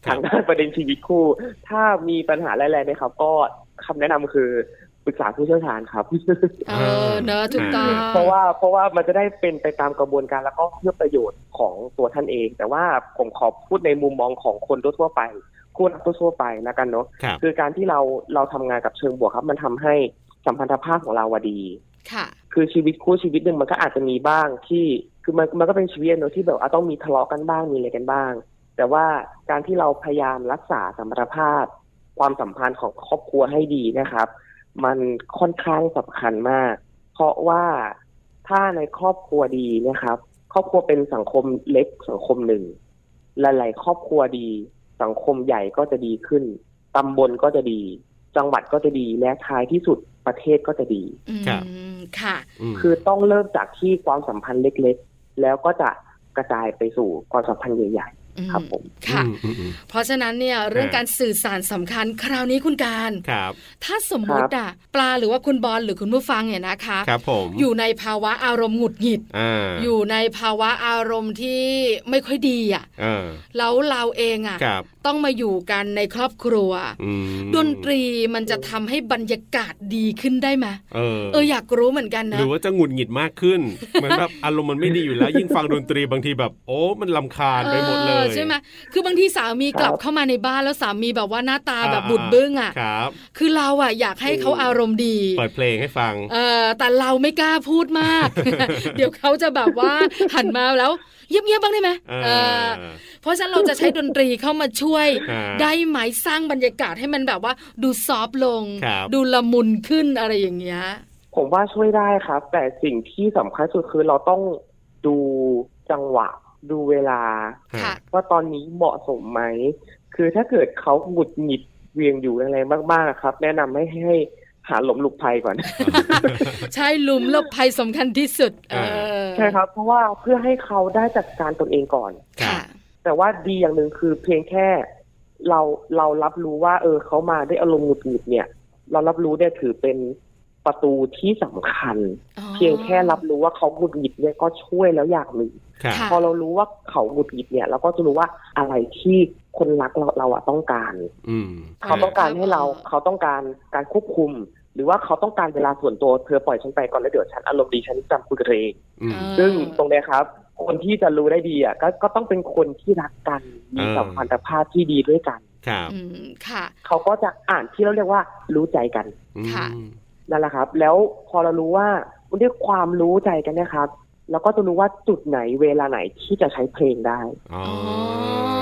[SPEAKER 2] ครับ
[SPEAKER 5] ทางด้านประเด็นชีวิตคู่ ถ้ามีปัญหาแรงๆเนี่ยครับ ก็คำแนะนำคือปรึกษาผู้เชี่ยวชาญครับ
[SPEAKER 1] เออเนอะถูกต้อง
[SPEAKER 2] อ่
[SPEAKER 5] เพราะว่าเพราะว่ามันจะได้เป็นไปตามกระบวนการแล้วก็เพื่อประโยชน์ของตัวท่านเอง แต่ว่าผมขอพูดในมุมมองของคนทั่วๆไปคู่รักทั่วๆไปแล้วกันเนาะ
[SPEAKER 2] ครับ
[SPEAKER 5] คือการที่เราเราทำงานกับเชิงบวกครับ มันทำให้สัมพันธภาพของเราอะดี
[SPEAKER 1] ค่ะ
[SPEAKER 5] คือชีวิตคู่ชีวิตหนึ่งมันก็อาจจะมีบ้างที่คือมันมันก็เป็นชีวิตเนอะที่แบบอ่ะต้องมีทะเลาะกันบ้างมีอะไรกันบ้าง แต่ว่าการที่เราพยายามรักษาสัมพันธภาพ ความสัมพันธ์ของครอบครัวให้ดีนะครับ มันค่อนข้างสำคัญมาก เพราะว่าถ้าในครอบครัวดีเนะครับ ครอบครัวเป็นสังคมเล็กสังคมหนึ่งหลายๆครอบครัวดี สังคมใหญ่ก็จะดีขึ้นตำบลก็จะดี จังหวัดก็จะดีและท้ายที่สุดประเทศก็จะดี
[SPEAKER 1] อืม
[SPEAKER 2] ครับ
[SPEAKER 1] ค่ะ
[SPEAKER 2] ม
[SPEAKER 5] คือต้องเริ่มจากที่ความสัมพันธ์เล็กๆ แล้วก็จะกระจายไปสู่ความสัมพันธ์ใหญ่
[SPEAKER 1] อืม
[SPEAKER 5] ครับผม
[SPEAKER 1] ค่ะ
[SPEAKER 2] อืมอืมอืม
[SPEAKER 1] เพราะฉะนั้นเนี่ยเรื่อง
[SPEAKER 2] ฮะ
[SPEAKER 1] การสื่อสารสำคัญคราวนี้คุณการ
[SPEAKER 2] ครับ
[SPEAKER 1] ถ้าสมมุติอะปลาหรือว่าคุณบอลหรือคุณผู้ฟังเนี่ยนะคะ
[SPEAKER 2] ครับผม
[SPEAKER 1] อยู่ในภาวะอารมณ์หงุดหงิด
[SPEAKER 2] อ่า
[SPEAKER 1] อยู่ในภาวะอารมณ์ที่ไม่ค่อยดีอะ
[SPEAKER 2] เออ
[SPEAKER 1] แล้วเราเองอะ
[SPEAKER 2] ครับ
[SPEAKER 1] ต้องมาอยู่กันในครอบครัว
[SPEAKER 2] อืม
[SPEAKER 1] ดนตรีมันจะทำให้บรรยากาศดีขึ้นได้ไหม
[SPEAKER 2] เออ
[SPEAKER 1] เอออยากรู้เหมือนกัน
[SPEAKER 2] ห
[SPEAKER 1] นะ
[SPEAKER 2] รือว่าจะหงุดหงิดมากขึ้น เหมือนแบบอารมณ์มันไม่ดีอยู่แล้ว ยิ่งฟังดนตรีบางทีแบบโอ้ มันลำคาญไปหมดเล
[SPEAKER 1] อย อใช่ไหมคือบางทีสามีกลับ
[SPEAKER 5] ครับ
[SPEAKER 1] เข้ามาในบ้านแล้วสามีแบบว่าหน้าตา
[SPEAKER 2] อ่
[SPEAKER 1] แบบบุดบึ้งอ่ะ
[SPEAKER 2] ครับ
[SPEAKER 1] คือเราอ่ะอยากให้เขาอารมณ์ดี
[SPEAKER 2] เปิดเพลงให้ฟัง
[SPEAKER 1] เออแต่เราไม่กล้าพูดมาก [LAUGHS] เดี๋ยวเขาจะแบบว่าหันมาแล้วเงียบๆบ้างได้ไหม
[SPEAKER 2] เออ
[SPEAKER 1] เออเพราะฉะนั้นเราจะใช้ดนตรีเข้ามาช่วย
[SPEAKER 2] อ่า
[SPEAKER 1] ได้ไหมสร้างบรรยากาศให้มันแบบว่า ดูซอฟต์ลง
[SPEAKER 2] ครับ
[SPEAKER 1] ดูละมุนขึ้นอะไรอย่างเงี้ย
[SPEAKER 5] ผมว่าช่วยได้ครับ แต่สิ่งที่สำคัญสุดคือเราต้องดูจังหวะ ดูเวลา
[SPEAKER 2] ฮ
[SPEAKER 1] ค่ะ
[SPEAKER 5] ว่าตอนนี้เหมาะสมไหม คือถ้าเกิดเขาหงุดหงิดเวียงอยู่อะไรมากๆอะครับ แนะนำให้ให้หาหลมหลุกภัยก่อน
[SPEAKER 1] ใช่หลุมหลบภัยสำคัญที่สุด เออ
[SPEAKER 5] ใช่ครับ เพราะว่าเพื่อให้เขาได้จัดการตนเองก่อน
[SPEAKER 2] รั
[SPEAKER 1] ค่ะ
[SPEAKER 2] บ
[SPEAKER 5] แต่ว่าดีอย่างหนึ่งคือเพียงแค่เราเรารับรู้ว่า เออเขามาด้วยอารมณ์หงุดหงิดเนี่ย เรารับรู้เนี่ยถือเป็นประตูที่สำคัญ เพียงแค่รับรู้ว่าเขาหงุดหงิดเนี่ยก็ช่วยแล้วอย่างหนึ่ง
[SPEAKER 2] ครับ
[SPEAKER 1] ค่ะ
[SPEAKER 5] พอเรารู้ว่าเขาหงุดหงิดเนี่ยเราก็จะรู้ว่าอะไรที่คนรักเราเราอะต้องการ
[SPEAKER 2] อืม
[SPEAKER 5] เขาต้องการให้เรา
[SPEAKER 1] ครับ
[SPEAKER 5] เขาต้องการการควบคุม หรือว่าเขาต้องการเวลาส่วนตัวเธอปล่อยฉันไปก่อนแล้วเดี๋ยวฉันอารมณ์ดีฉันจำคุยกับเธอเอง
[SPEAKER 2] อืม
[SPEAKER 1] เออ
[SPEAKER 5] ซึ่งตรงเนี้ยครับ คนที่จะรู้ได้ดีอ่ะก็ก็ต้องเป็นคนที่รักกันมี
[SPEAKER 2] เออ
[SPEAKER 5] สัมพันธภาพที่ดีด้วยกัน
[SPEAKER 2] ครับ
[SPEAKER 1] อืมค่ะ
[SPEAKER 5] เขาก็จะอ่านที่เราเรียกว่ารู้ใจกัน
[SPEAKER 1] ค่ะ
[SPEAKER 2] อืม
[SPEAKER 5] นั่นแหละครับ แล้วพอเรารู้ว่าด้วยความรู้ใจกันเนะครับเราก็จะรู้ว่าจุดไหนเวลาไหนที่จะใช้เพลงได้
[SPEAKER 2] อ๋อ
[SPEAKER 1] อ๋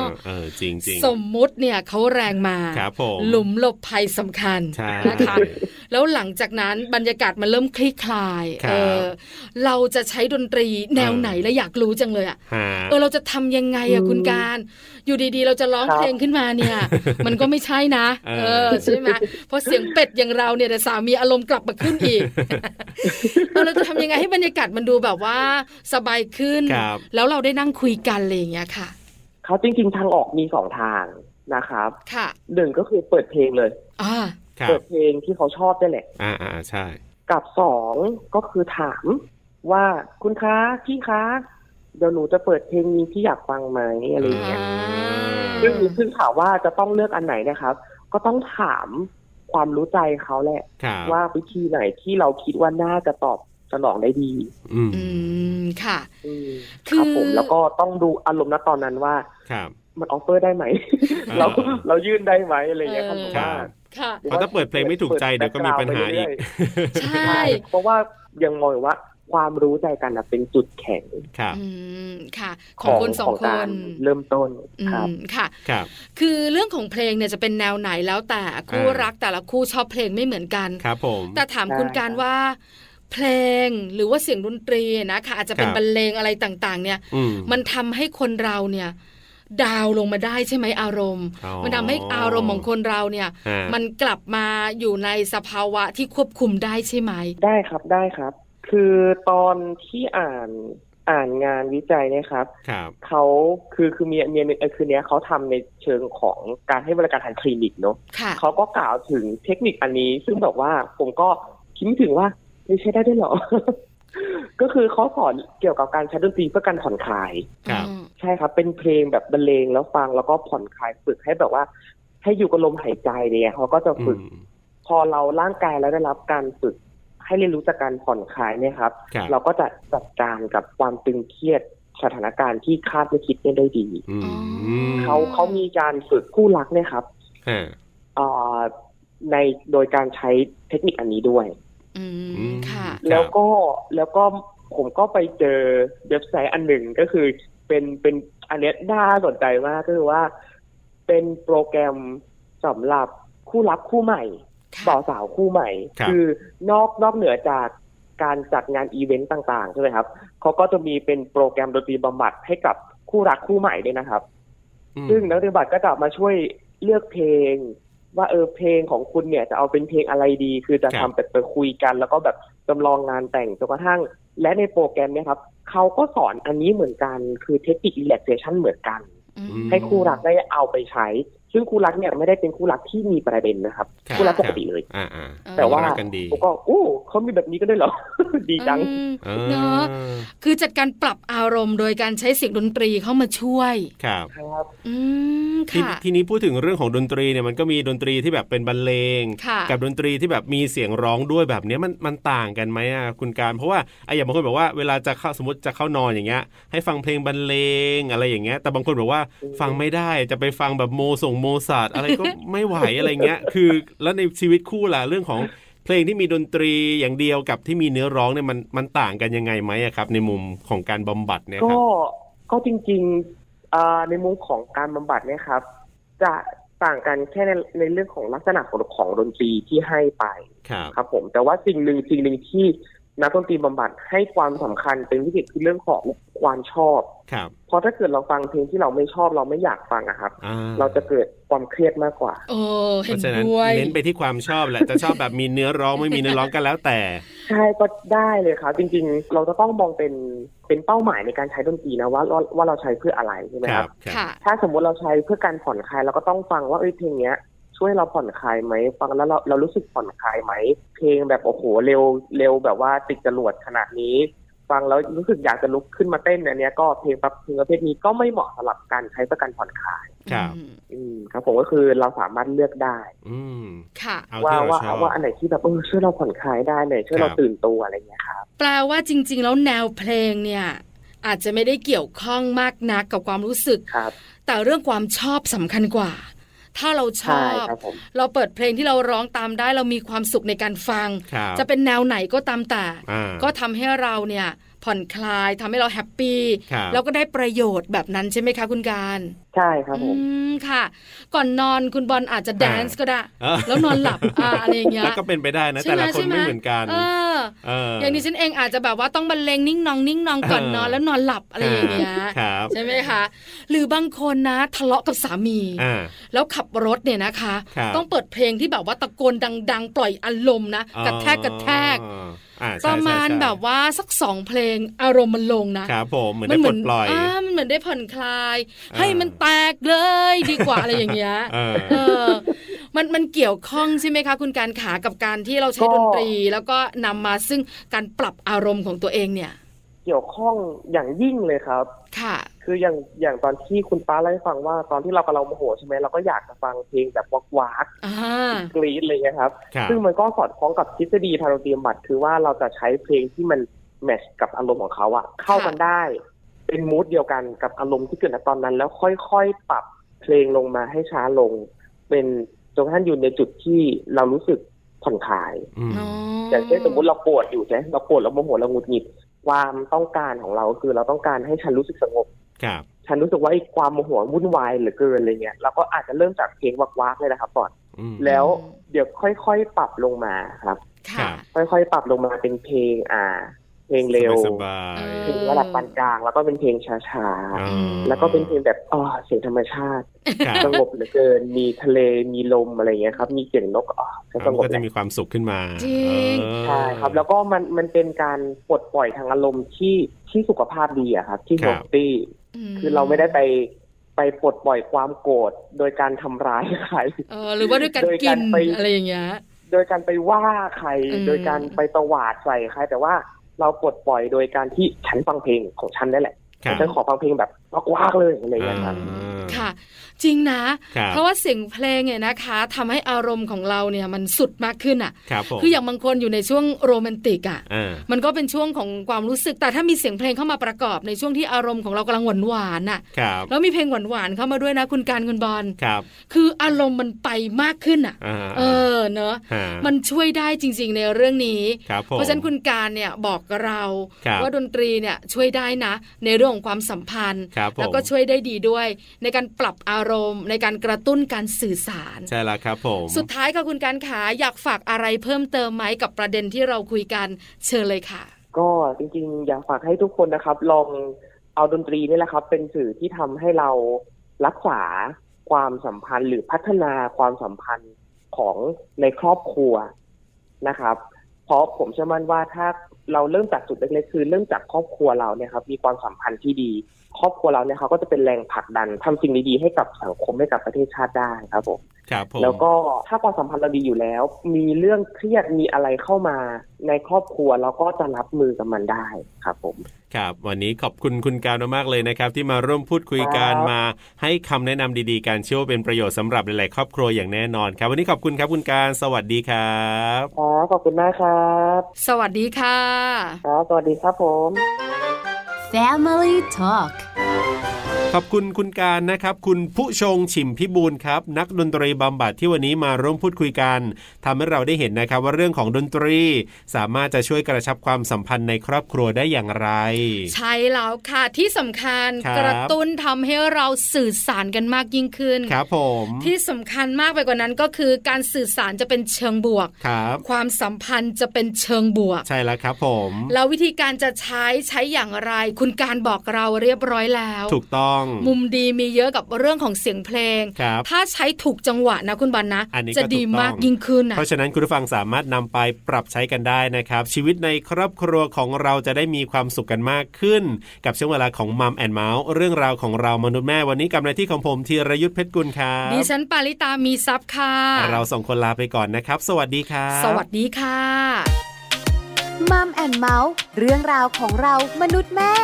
[SPEAKER 1] อ
[SPEAKER 2] เออจริงจริง
[SPEAKER 1] สมมุติเนี่ยเขาแรงมา
[SPEAKER 2] ครับผม
[SPEAKER 1] หลุมหลบภัยสำคัญ
[SPEAKER 2] ใช่
[SPEAKER 1] นะคะ แล้วหลังจากนั้นบรรยากาศมันเริ่มคลี่คลาย
[SPEAKER 2] ครับ
[SPEAKER 1] เออเราจะใช้ดนตรีแนว
[SPEAKER 2] เออ
[SPEAKER 1] ไหนและอยากรู้จังเลยอ่ะ
[SPEAKER 2] ฮะ
[SPEAKER 1] เออเราจะทำยังไงอ่ะ
[SPEAKER 5] อืม
[SPEAKER 1] คุณการ อยู่ดีๆ เราจะร้อง
[SPEAKER 5] ครับ
[SPEAKER 1] เพลงขึ้นมาเนี่ย มันก็ไม่ใช่นะ
[SPEAKER 2] เออ
[SPEAKER 1] เออใช่ไหมเพราะเสียงเป็ดอย่างเราเนี่ยเดี๋ยวสามีอารมณ์กลับมาขึ้นอีกเออเราจะทำยังไงให้บรรยากาศมันดูแบบว่าสบายขึ้น
[SPEAKER 2] ครับ
[SPEAKER 1] แล้วเราได้นั่งคุยกันอะไรอย่างเงี้ยค่ะ
[SPEAKER 5] เขาจริง ๆ ทางออกมีสองทางนะครับ
[SPEAKER 1] ค่ะ
[SPEAKER 5] หนึ่งก็คือเปิดเพลงเลย
[SPEAKER 1] อ่า
[SPEAKER 2] ครั
[SPEAKER 5] เปิ
[SPEAKER 2] บ
[SPEAKER 5] ดเพลงที่เขาชอบได้แหละ
[SPEAKER 2] อ่าอ่าใช่
[SPEAKER 5] กับสองก็คือถามว่าคุณคะพี่คะ เดี๋ยวหนูจะเปิดเพลงนี้ที่อยากฟังไหมอะไรอย่างเงี้ย
[SPEAKER 1] อ่า
[SPEAKER 5] ซึ่งซึ่งถามว่าจะต้องเลือกอันไหนนะครับ ก็ต้องถามความรู้ใจเขาแหละ
[SPEAKER 2] ครับ
[SPEAKER 5] ว่าวิธีไหนที่เราคิดว่าน่าจะตอบสนองได้ดี
[SPEAKER 2] อืม
[SPEAKER 1] อืมค่ะ
[SPEAKER 5] อืม
[SPEAKER 1] คือ
[SPEAKER 5] ครับผมแล้วก็ต้องดูอารมณ์ณตอนนั้นว่า
[SPEAKER 2] ครับ
[SPEAKER 5] มันออฟเฟอร์ได้ไหม
[SPEAKER 2] อ่า
[SPEAKER 5] เราเรายื่นได้ไหมอะไรอย่างเงี้ยครับผม
[SPEAKER 2] ค
[SPEAKER 5] ว่า
[SPEAKER 2] รับ
[SPEAKER 1] ค่ะ
[SPEAKER 2] เพราะถ้าเปิดเพลงไม่ถูกใจเดี๋ยวก็มีปัญหาอีก
[SPEAKER 1] ใช่
[SPEAKER 5] เพราะว่ายังมองอยู่ว่าความรู้ใจกันน่ะเป็นจุดแข็ง
[SPEAKER 2] ครับ
[SPEAKER 1] อืมค่ะ ของคนสอง
[SPEAKER 5] ข
[SPEAKER 1] ค
[SPEAKER 5] การ
[SPEAKER 1] น
[SPEAKER 5] เริ่มต้น
[SPEAKER 1] อื
[SPEAKER 5] ครับ
[SPEAKER 1] มค่ะ
[SPEAKER 2] ครับ
[SPEAKER 1] คือเรื่องของเพลงเนี่ยจะเป็นแนวไหนแล้วแต่คู่
[SPEAKER 2] อ่ารั
[SPEAKER 1] รักแต่ละคู่ชอบเพลงไม่เหมือนกัน
[SPEAKER 2] ครับผม
[SPEAKER 1] แต่ถามคุณ
[SPEAKER 5] ได้
[SPEAKER 1] การ
[SPEAKER 5] ครับ
[SPEAKER 1] ว่า เพลงหรือว่าเสียงดนตรีนะคะอาจจะเป็น
[SPEAKER 2] ครับ
[SPEAKER 1] บรรเลงอะไรต่างๆ เนี่ย
[SPEAKER 2] อืม
[SPEAKER 1] มันทำให้คนเราเนี่ย ดาวน์ลงมาได้ใช่ไหมอารมณ์
[SPEAKER 2] อ๋อ
[SPEAKER 1] มันทำให้อารมณ์ของคนเราเนี่ย
[SPEAKER 2] ฮะ
[SPEAKER 1] มันกลับมาอยู่ในสภาวะที่ควบคุมได้ใช่ไหม
[SPEAKER 5] ได้ครับได้ครับ คือตอนที่อ่านอ่านงานวิจัยเนะครับ
[SPEAKER 2] ครับ
[SPEAKER 5] เขาคือคือเมียเมียเอ่อคือเนี้ยเขาทำในเชิงของการให้บริการทางคลินิกเนาะ
[SPEAKER 1] ค่ะ
[SPEAKER 5] เขาก็กล่าวถึงเทคนิคอันนี้ ซึ่งแบบว่าผมก็คิดไม่ถึงว่าไม่ใช่ได้ด้วยเหรอ [LAUGHS] ก็คือเขาสอนเกี่ยวกับการใช้ดนตรีเพื่อการผ่อนคลาย
[SPEAKER 2] ครับ
[SPEAKER 5] ใช่ครับ เป็นเพลงแบบบรรเลงแล้วฟังแล้วก็ผ่อนคลายฝึกให้แบบว่า ให้อยู่กับลมหายใจเนี่ยเขาก็จะ
[SPEAKER 2] อื
[SPEAKER 5] ฝึก
[SPEAKER 2] ม
[SPEAKER 5] พอเราร่างกายแล้วได้รับการฝึก ให้เรียนรู้จากการผ่อนคลายเนี่ยครับ
[SPEAKER 2] ครับ
[SPEAKER 5] เราก็จะจัดการกับความตึงเครียดสถานการณ์ที่คาดไม่คิดเนี่ยได้ดี
[SPEAKER 2] อืม
[SPEAKER 5] เขาเขามีการฝึกคู่รักเนี่ยครับ
[SPEAKER 2] ฮะ
[SPEAKER 5] เอ่อในโดยการใช้เทคนิคอันนี้ด้วย
[SPEAKER 1] อื
[SPEAKER 2] อื
[SPEAKER 1] ม
[SPEAKER 2] ม
[SPEAKER 1] ค่ะ
[SPEAKER 2] รับ
[SPEAKER 5] แล้วก็แล้วก็ผมก็ไปเจอเว็บไซต์อันหนึ่งก็คือเป็นเป็นอันเนี้ยน่าสนใจมากก็คือว่า เป็นโปรแกรมสำหรับคู่รักคู่ใหม่
[SPEAKER 1] ค่ะ
[SPEAKER 5] บ่าวสาวคู่ใหม่
[SPEAKER 2] ครับ
[SPEAKER 5] อนอกนอกเหนือจากการจัดงานอีเวนต์ต่างๆใช่ไหมครับเขาก็จะมีเป็นโปรแกรมดนตรีบำบัดให้กับคู่รักคู่ใหม่ด้วยนะครับ
[SPEAKER 2] อืม
[SPEAKER 5] ซึ่งนักดนตรีบำบัดก็จะมาช่วยเลือกเพลง ว่าเออเพลงของคุณเนี่ยจะเอาเป็นเพลงอะไรดี คือจะทำแบบไปคุยกัน แล้วก็แบบจำลองงานแต่งจนกระทั่ง และในโปรแกรมเนี่ยครับเขาก็สอนอันนี้เหมือนกันคือเทคนิค relaxation เหมือนกัน
[SPEAKER 1] อื อืม
[SPEAKER 5] ให้คู่รักได้เอาไปใช้ ซึ่งคู่รักเนี่ยไม่ได้เป็นคู่รักที่มีประเด็นนะครับ
[SPEAKER 2] บ
[SPEAKER 5] คู่รักปกติเลย
[SPEAKER 2] อ่าอ่า
[SPEAKER 1] เออ
[SPEAKER 5] แต่ว่า
[SPEAKER 2] รักกันดี
[SPEAKER 5] ผมก็อู้เขามีแบบนี้ก็ได้เหรอ [LAUGHS] ดีจัง
[SPEAKER 1] อืม
[SPEAKER 2] ออ
[SPEAKER 1] เนอะคือจัดการปรับอารมณ์โดยการใช้เสียงดนตรีเข้ามาช่วย
[SPEAKER 2] ครับ
[SPEAKER 5] ครับ
[SPEAKER 1] อืม
[SPEAKER 2] ที
[SPEAKER 1] ค่ะ
[SPEAKER 2] ทีนี้พูดถึงเรื่องของดนตรีเนี่ยมันก็มีดนตรีที่แบบเป็นบรรเลง
[SPEAKER 1] ค่ะ
[SPEAKER 2] กับดนตรีที่แบบมีเสียงร้องด้วยแบบเนี้ยมันมันต่างกันไหมอ่ะคุณการ เพราะว่าไอ้อย่างบางคนบอกว่าเวลาจะเข้าสมมติจะเข้านอนอย่างเงี้ยให้ฟังเพลงบรรเลงอะไรอย่างเงี้ยแต่บางคนบอกว่า
[SPEAKER 5] อืม
[SPEAKER 2] ฟังไม่ได้จะไปฟังแบบโมส่งโมซาร์ทอะไรก็ ไม่ไหวอะไรเงี้ย [LAUGHS] คือแล้วในชีวิตคู่ล่ะเรื่องของเพลงที่มีดนตรีอย่างเดียวกับที่มีเนื้อร้องเนี่ยมันมันต่างกันยังไงไหมอะครับ ในมุมของการบำบัดเนี่ยครั
[SPEAKER 5] ก็
[SPEAKER 2] บ
[SPEAKER 5] ก็จริงๆอ่าในมุมของการบำบัดเนี่ยครับ จะต่างกันแค่ในในเรื่องของลักษณะของของดนตรีที่ให้ไป
[SPEAKER 2] ครับ
[SPEAKER 5] ครับ ผม แต่ว่าสิ่งหนึ่งสิ่งหนึ่งที่นักดนตรีบำบัดให้ความสำคัญเป็นพิเศษคือเรื่องของความชอบ
[SPEAKER 2] ครับ
[SPEAKER 5] เพราะถ้าเกิดเราฟังเพลงที่เราไม่ชอบเราไม่อยากฟังอะครับ
[SPEAKER 2] อ่
[SPEAKER 5] เราจะเกิดความเครียดมากกว่า
[SPEAKER 1] โอ้
[SPEAKER 2] เพ
[SPEAKER 1] เห็น
[SPEAKER 2] ราะฉะนั้น
[SPEAKER 1] ด้วย
[SPEAKER 2] เน้นไปที่ความชอบแหละ จะชอบแบบมีเนื้อร้องไม่มีเนื้อร้องกันแล้วแต่
[SPEAKER 5] ใช่ก็ได้เลยครับ จริงๆ เราจะต้องมองเป็นเป็นเป้าหมายในการใช้ดนตรีนะว่าว่าว่าเราใช้เพื่ออะไรใช่ไหมครับ
[SPEAKER 1] ค่ะ
[SPEAKER 5] ถ้าสมมติเราใช้เพื่อการผ่อนคลายเราก็ต้องฟังว่าเอ้ยเพลงเนี้ย ช่วยเราผ่อนคลายไหมฟังแล้วเราเรารู้สึกผ่อนคลายไหมเพลงแบบโอ้โหเร็วเร็วแบบว่าติดจรวดขนาดนี้ ฟังแล้วรู้สึกอยากจะลุกขึ้นมาเต้นอันเนี้ยก็เพลงประเพลงประเภทนี้ก็ไม่เหมาะสำหรับการใช้เพื่อการผ่อนคลาย
[SPEAKER 2] ครับ
[SPEAKER 1] อืม
[SPEAKER 5] อืมครับผมก็คือเราสามารถเลือกได้
[SPEAKER 2] อืม
[SPEAKER 1] ค่ะ
[SPEAKER 2] เอา
[SPEAKER 5] ว่า
[SPEAKER 2] ที่เรา
[SPEAKER 5] ว่า
[SPEAKER 2] ชอบ
[SPEAKER 5] ว่าอันไหนที่แบบเออช่วยเราผ่อนคลายได้หน่อยช่วยเรา
[SPEAKER 2] ครับ
[SPEAKER 5] ตื่นตัวอะไรอย่างเงี้ยครับ
[SPEAKER 1] แปลว่าจริง ๆ แล้วแนวเพลงเนี่ย อาจจะไม่ได้เกี่ยวข้องมากนักกับความรู้สึก
[SPEAKER 5] ครับ
[SPEAKER 1] แต่เรื่องความชอบสำคัญกว่า ถ้าเราช
[SPEAKER 5] ใช่
[SPEAKER 1] อบ
[SPEAKER 5] ครับผม
[SPEAKER 1] เราเปิดเพลงที่เราร้องตามได้เรามีความสุขในการฟัง
[SPEAKER 2] ครับ
[SPEAKER 1] จะเป็นแนวไหนก็ตามแต่
[SPEAKER 2] อ่า
[SPEAKER 1] ก็ทำให้เราเนี่ยผ่อนคลายทำให้เราแฮปปี้
[SPEAKER 2] ครับ
[SPEAKER 1] แล้วก็ได้ประโยชน์แบบนั้นใช่ไหมคะคุณการ
[SPEAKER 5] ใช่ครับผม
[SPEAKER 1] อืมค่ะ ก่อนนอนคุณบอลอาจจะแดนซ์ก็ได้
[SPEAKER 2] เออ
[SPEAKER 1] แล้วนอนห
[SPEAKER 2] [LAUGHS]
[SPEAKER 1] ลับอ่าอะไรอย่างเงี้ย
[SPEAKER 2] แล้วก็เป็นไปได้นะ
[SPEAKER 1] ใช่
[SPEAKER 2] แต่
[SPEAKER 1] ไหม
[SPEAKER 2] ละคน
[SPEAKER 1] ใช่ไหม
[SPEAKER 2] ไม่เหมือนกัน
[SPEAKER 1] เออ
[SPEAKER 2] เออ
[SPEAKER 1] อย่างนี้ฉันเองอาจจะแบบว่าต้องบรรเลงนิ่งนองนิ่งนองก่อนนอนแล้วนอนหลับอะไรอย่างเงี้ย
[SPEAKER 2] ครับ
[SPEAKER 1] ใช่ไหมคะหรือบางคนนะทะเลาะกับสามี
[SPEAKER 2] อ่า
[SPEAKER 1] แล้วขับรถเนี่ยนะคะ
[SPEAKER 2] ครับ
[SPEAKER 1] ต้องเปิดเพลงที่แบบว่าตะโกนดัง ๆ ปล่อยอารมณ์นะกระแทกกระแทก
[SPEAKER 2] อ๋ออ่ใช่
[SPEAKER 1] ประมาณ
[SPEAKER 2] ใช่ใช่
[SPEAKER 1] แบบว่าสักสองเพลงอารมณ์มันลงนะครับ
[SPEAKER 2] ผมเหมือนได้ปลดปล่อย
[SPEAKER 1] อ่ามันเหมือนได้ผ่อนคลาย
[SPEAKER 2] อ่า
[SPEAKER 1] ให้มันแตกเลย ดีกว่าอะไรอย่างเงี้ย
[SPEAKER 2] เออ
[SPEAKER 1] เออมันมันเกี่ยวข้องใช่ไหมคะ คุณการขากับการที่เราใช้ด
[SPEAKER 5] ก็
[SPEAKER 1] นตรี แล้วก็นำมาซึ่งการปรับอารมณ์ของตัวเองเนี่ย
[SPEAKER 5] เกี่ยวข้องอย่างยิ่งเลยครับ
[SPEAKER 1] ค่ะ
[SPEAKER 5] คืออย่างอย่างตอนที่คุณป้าเล่าให้ฟังว่าตอนที่เรากำลังโมโหใช่ไหมเราก็อยากจะฟังเพลงแบบวักวัก
[SPEAKER 1] อ่า
[SPEAKER 5] กรี๊ดเลยนะครับ
[SPEAKER 2] ครับ
[SPEAKER 5] ซึ่งมันก็สอดคล้องกับทฤษฎีทางดนตรีบำบัดคือว่าเราจะใช้เพลงที่มันแมทชกับอารมณ์ของเขาอะเข้ากันได้ เป็นมูดเดียวกันกับอารมณ์ที่เกิดณตอนนั้น แล้วค่อยๆปรับเพลงลงมาให้ช้าลง เป็นจนกระทั่งอยู่ในจุดที่เรารู้สึกผ่อนคลาย
[SPEAKER 2] อืม
[SPEAKER 5] อย่างเช่นสมมติเราโกรธอยู่ใช่ไหมเราโกรธเราโมโหเราหงุดหงิด ความต้องการของเราคือเราต้องการให้ฉันรู้สึกสงบ
[SPEAKER 2] ครับ
[SPEAKER 5] ฉันรู้สึกว่าไอ้ความโมโหวุ่นวายเหลือเกินอะไรเงี้ยเราก็อาจจะเริ่มจากเพลงวักวักๆเลยนะครับก่อน
[SPEAKER 2] อืม
[SPEAKER 5] แล้วเดี๋ยวค่อยๆปรับลงมาครับ
[SPEAKER 2] ครั
[SPEAKER 1] ค่ะ
[SPEAKER 2] บ
[SPEAKER 5] ค่อยๆปรับลงมาเป็นเพลงอ่า เพลงเร็ว
[SPEAKER 2] สบาย
[SPEAKER 1] เอ
[SPEAKER 5] เพ
[SPEAKER 1] อ
[SPEAKER 5] ลงระดับปานกลาง แล้วก็เป็นเพลงช้า
[SPEAKER 2] ๆอ๋อ
[SPEAKER 5] ๆแล้วก็เป็นเพลงแบบอ๋อเสียงธรรมชาติ
[SPEAKER 2] ครับ
[SPEAKER 5] สงบเหลือเกิน มีทะเลมีลมอะไรเงี้ยครับ มีเสียงนกอ๋อฉันสงบ
[SPEAKER 2] ก็
[SPEAKER 5] แล้
[SPEAKER 2] จะ
[SPEAKER 5] ว
[SPEAKER 2] มีความสุขขึ้นมา
[SPEAKER 1] จริง
[SPEAKER 2] เออ
[SPEAKER 5] ใช่ครับ แล้วก็มันมันเป็นการปลดปล่อยทางอารมณ์ที่ที่สุขภาพดีอะครับ ที่
[SPEAKER 2] ค
[SPEAKER 5] ฮ
[SPEAKER 2] รั
[SPEAKER 5] อบ ตี้
[SPEAKER 1] ม
[SPEAKER 5] คือเราไม่ได้ไปไปปลดปล่อยความโกรธโดยการทำร้ายใคร [LAUGHS]
[SPEAKER 1] เออหรือว่าด้วยการ
[SPEAKER 5] โดย
[SPEAKER 1] กิ
[SPEAKER 5] การ
[SPEAKER 1] น
[SPEAKER 5] ไป
[SPEAKER 1] อะไรอย่างเงี้ย
[SPEAKER 5] โดยการไปว่าใคร
[SPEAKER 1] อืม
[SPEAKER 5] โดยการไปตวาดใส่ใคร แต่ว่าเราปลดปล่อยโดยการที่ฉันฟังเพลงของฉันได้แหละ
[SPEAKER 2] ครับ
[SPEAKER 5] ฉันขอฟังเพลงแบบว่ากๆเลยอะไรอย่างเงี้ยครับ
[SPEAKER 2] อ่า
[SPEAKER 1] ค่ะ จริงนะ
[SPEAKER 2] ครับ
[SPEAKER 1] เพราะว่าเสียงเพลงเนี่ยนะคะทำให้อารมณ์ของเราเนี่ยมันสุดมากขึ้นอ่ะ
[SPEAKER 2] ครับผม
[SPEAKER 1] คืออย่างบางคนอยู่ในช่วงโรแมนติกอ่ะ
[SPEAKER 2] อ่า
[SPEAKER 1] มันก็เป็นช่วงของความรู้สึก แต่ถ้ามีเสียงเพลงเข้ามาประกอบในช่วงที่อารมณ์ของเรากำลังหวานหวานๆน่ะ
[SPEAKER 2] ครับ
[SPEAKER 1] แล้วมีเพลงหวานหวานๆเข้ามาด้วยนะคุณการคุณบอล
[SPEAKER 2] ครับ
[SPEAKER 1] คืออารมณ์มันไปมากขึ้นอ่ะ
[SPEAKER 2] อ่า
[SPEAKER 1] เออเนอะ
[SPEAKER 2] ฮะ
[SPEAKER 1] มันช่วยได้จริง ๆ ในเรื่องนี้
[SPEAKER 2] ครับผม
[SPEAKER 1] เพราะฉะนั้นคุณการเนี่ยบอกกับเรา
[SPEAKER 2] ครับ
[SPEAKER 1] ว่าดนตรีเนี่ยช่วยได้นะ ในเรื่องของความสัมพันธ์
[SPEAKER 2] ครับผม
[SPEAKER 1] แล้วก็ช่วยได้ดีด้วย ในการปรับอารมณ์ ในการกระตุ้นการสื่อสาร
[SPEAKER 2] ใช่แล้วครับผม
[SPEAKER 1] สุดท้ายค่ะคุณการขาอยากฝากอะไรเพิ่มเติมไหมกับประเด็นที่เราคุยกันเชิญเลยค่ะ
[SPEAKER 5] ก็จริงๆ อยากฝากให้ทุกคนนะครับ ลองเอาดนตรีนี่แหละครับ เป็นสื่อที่ทำให้เรารักษาความสัมพันธ์หรือพัฒนาความสัมพันธ์ของในครอบครัวนะครับ เพราะผมเชื่อมั่นว่าถ้า เราเริ่มจากจุดเล็กๆคือเริ่มจากครอบครัวเราเนี่ยครับมีความสัมพันธ์ที่ดี ครอบครัวเราเนี่ยเขาก็จะเป็นแรงผลักดันทำสิ่งดีๆให้กับสังคมให้กับประเทศชาติได้ครับผม
[SPEAKER 2] ครับผม
[SPEAKER 5] แล้วก็ถ้าความสัมพันธ์เราดีอยู่แล้ว มีเรื่องเครียดมีอะไรเข้ามาในครอบครัวเราก็จะรับมือกับมันได้ครับผม
[SPEAKER 2] ครับวันนี้ขอบคุณคุณกาวมากๆเลยนะครับ ที่มาร่วมพูดคุยกัน
[SPEAKER 5] ครับ
[SPEAKER 2] มาให้คำแนะนำดีๆ การเชื่อว่าเป็นประโยชน์สำหรับหลายๆครอบครัวอย่างแน่นอนครับ วันนี้ขอบคุณครับคุณการสวัสดีครับ
[SPEAKER 5] ครับขอบคุณมากครับ
[SPEAKER 1] สวัสดีค่ะ
[SPEAKER 5] ครับสวัสดีครับผม
[SPEAKER 4] Family Talk
[SPEAKER 2] ขอบคุณคุณการนะครับ คุณผู้ชงฉิมพิบูลครับ นักดนตรีบำบัดที่วันนี้มาร่วมพูดคุยกันทำให้เราได้เห็นนะครับว่าเรื่องของดนตรี สามารถจะช่วยกระชับความสัมพันธ์ในครอบครัวได้อย่างไร
[SPEAKER 1] ใช่แล้วค่ะที่สำคัญ
[SPEAKER 2] ครับ
[SPEAKER 1] กระตุ้นทำให้เราสื่อสารกันมากยิ่งขึ้น
[SPEAKER 2] ครับผม
[SPEAKER 1] ที่สำคัญมากไปกว่านั้นก็คือการสื่อสารจะเป็นเชิงบวก
[SPEAKER 2] ครับ
[SPEAKER 1] ความสัมพันธ์จะเป็นเชิงบวก
[SPEAKER 2] ใช่แล้วครับผม
[SPEAKER 1] แล้ววิธีการจะใช้ใช้อย่างไร คุณการบอกเราเรียบร้อยแล้ว
[SPEAKER 2] ถูกต้อง
[SPEAKER 1] มุมดีมีเยอะกับเรื่องของเสียงเพลง
[SPEAKER 2] ครับ
[SPEAKER 1] ถ้าใช้ถูกจังหวะนะคุณบอลนะ
[SPEAKER 2] อันนี้ก็
[SPEAKER 1] จะดี
[SPEAKER 2] ถูกต้อง
[SPEAKER 1] มากยิ่งขึ้นนะ
[SPEAKER 2] เพราะฉะนั้นคุณผู้ฟังสามารถนำไปปรับใช้กันได้นะครับ ชีวิตในครอบครัวของเราจะได้มีความสุขกันมากขึ้น กับช่วงเวลาของมัมแอนเมาส์เรื่องราวของเรามนุษย์แม่วันนี้กับหน้าที่ของผมธีรยุทธเพชรกุลครับ
[SPEAKER 1] ดิฉันปาริตามีซับค่ะ
[SPEAKER 2] เราสองคนลาไปก่อนนะครับ สวัสดีครับ
[SPEAKER 1] สวัสดีค่ะ
[SPEAKER 4] มัมแอนเมาส์เรื่องราวของเรามนุษย์แม่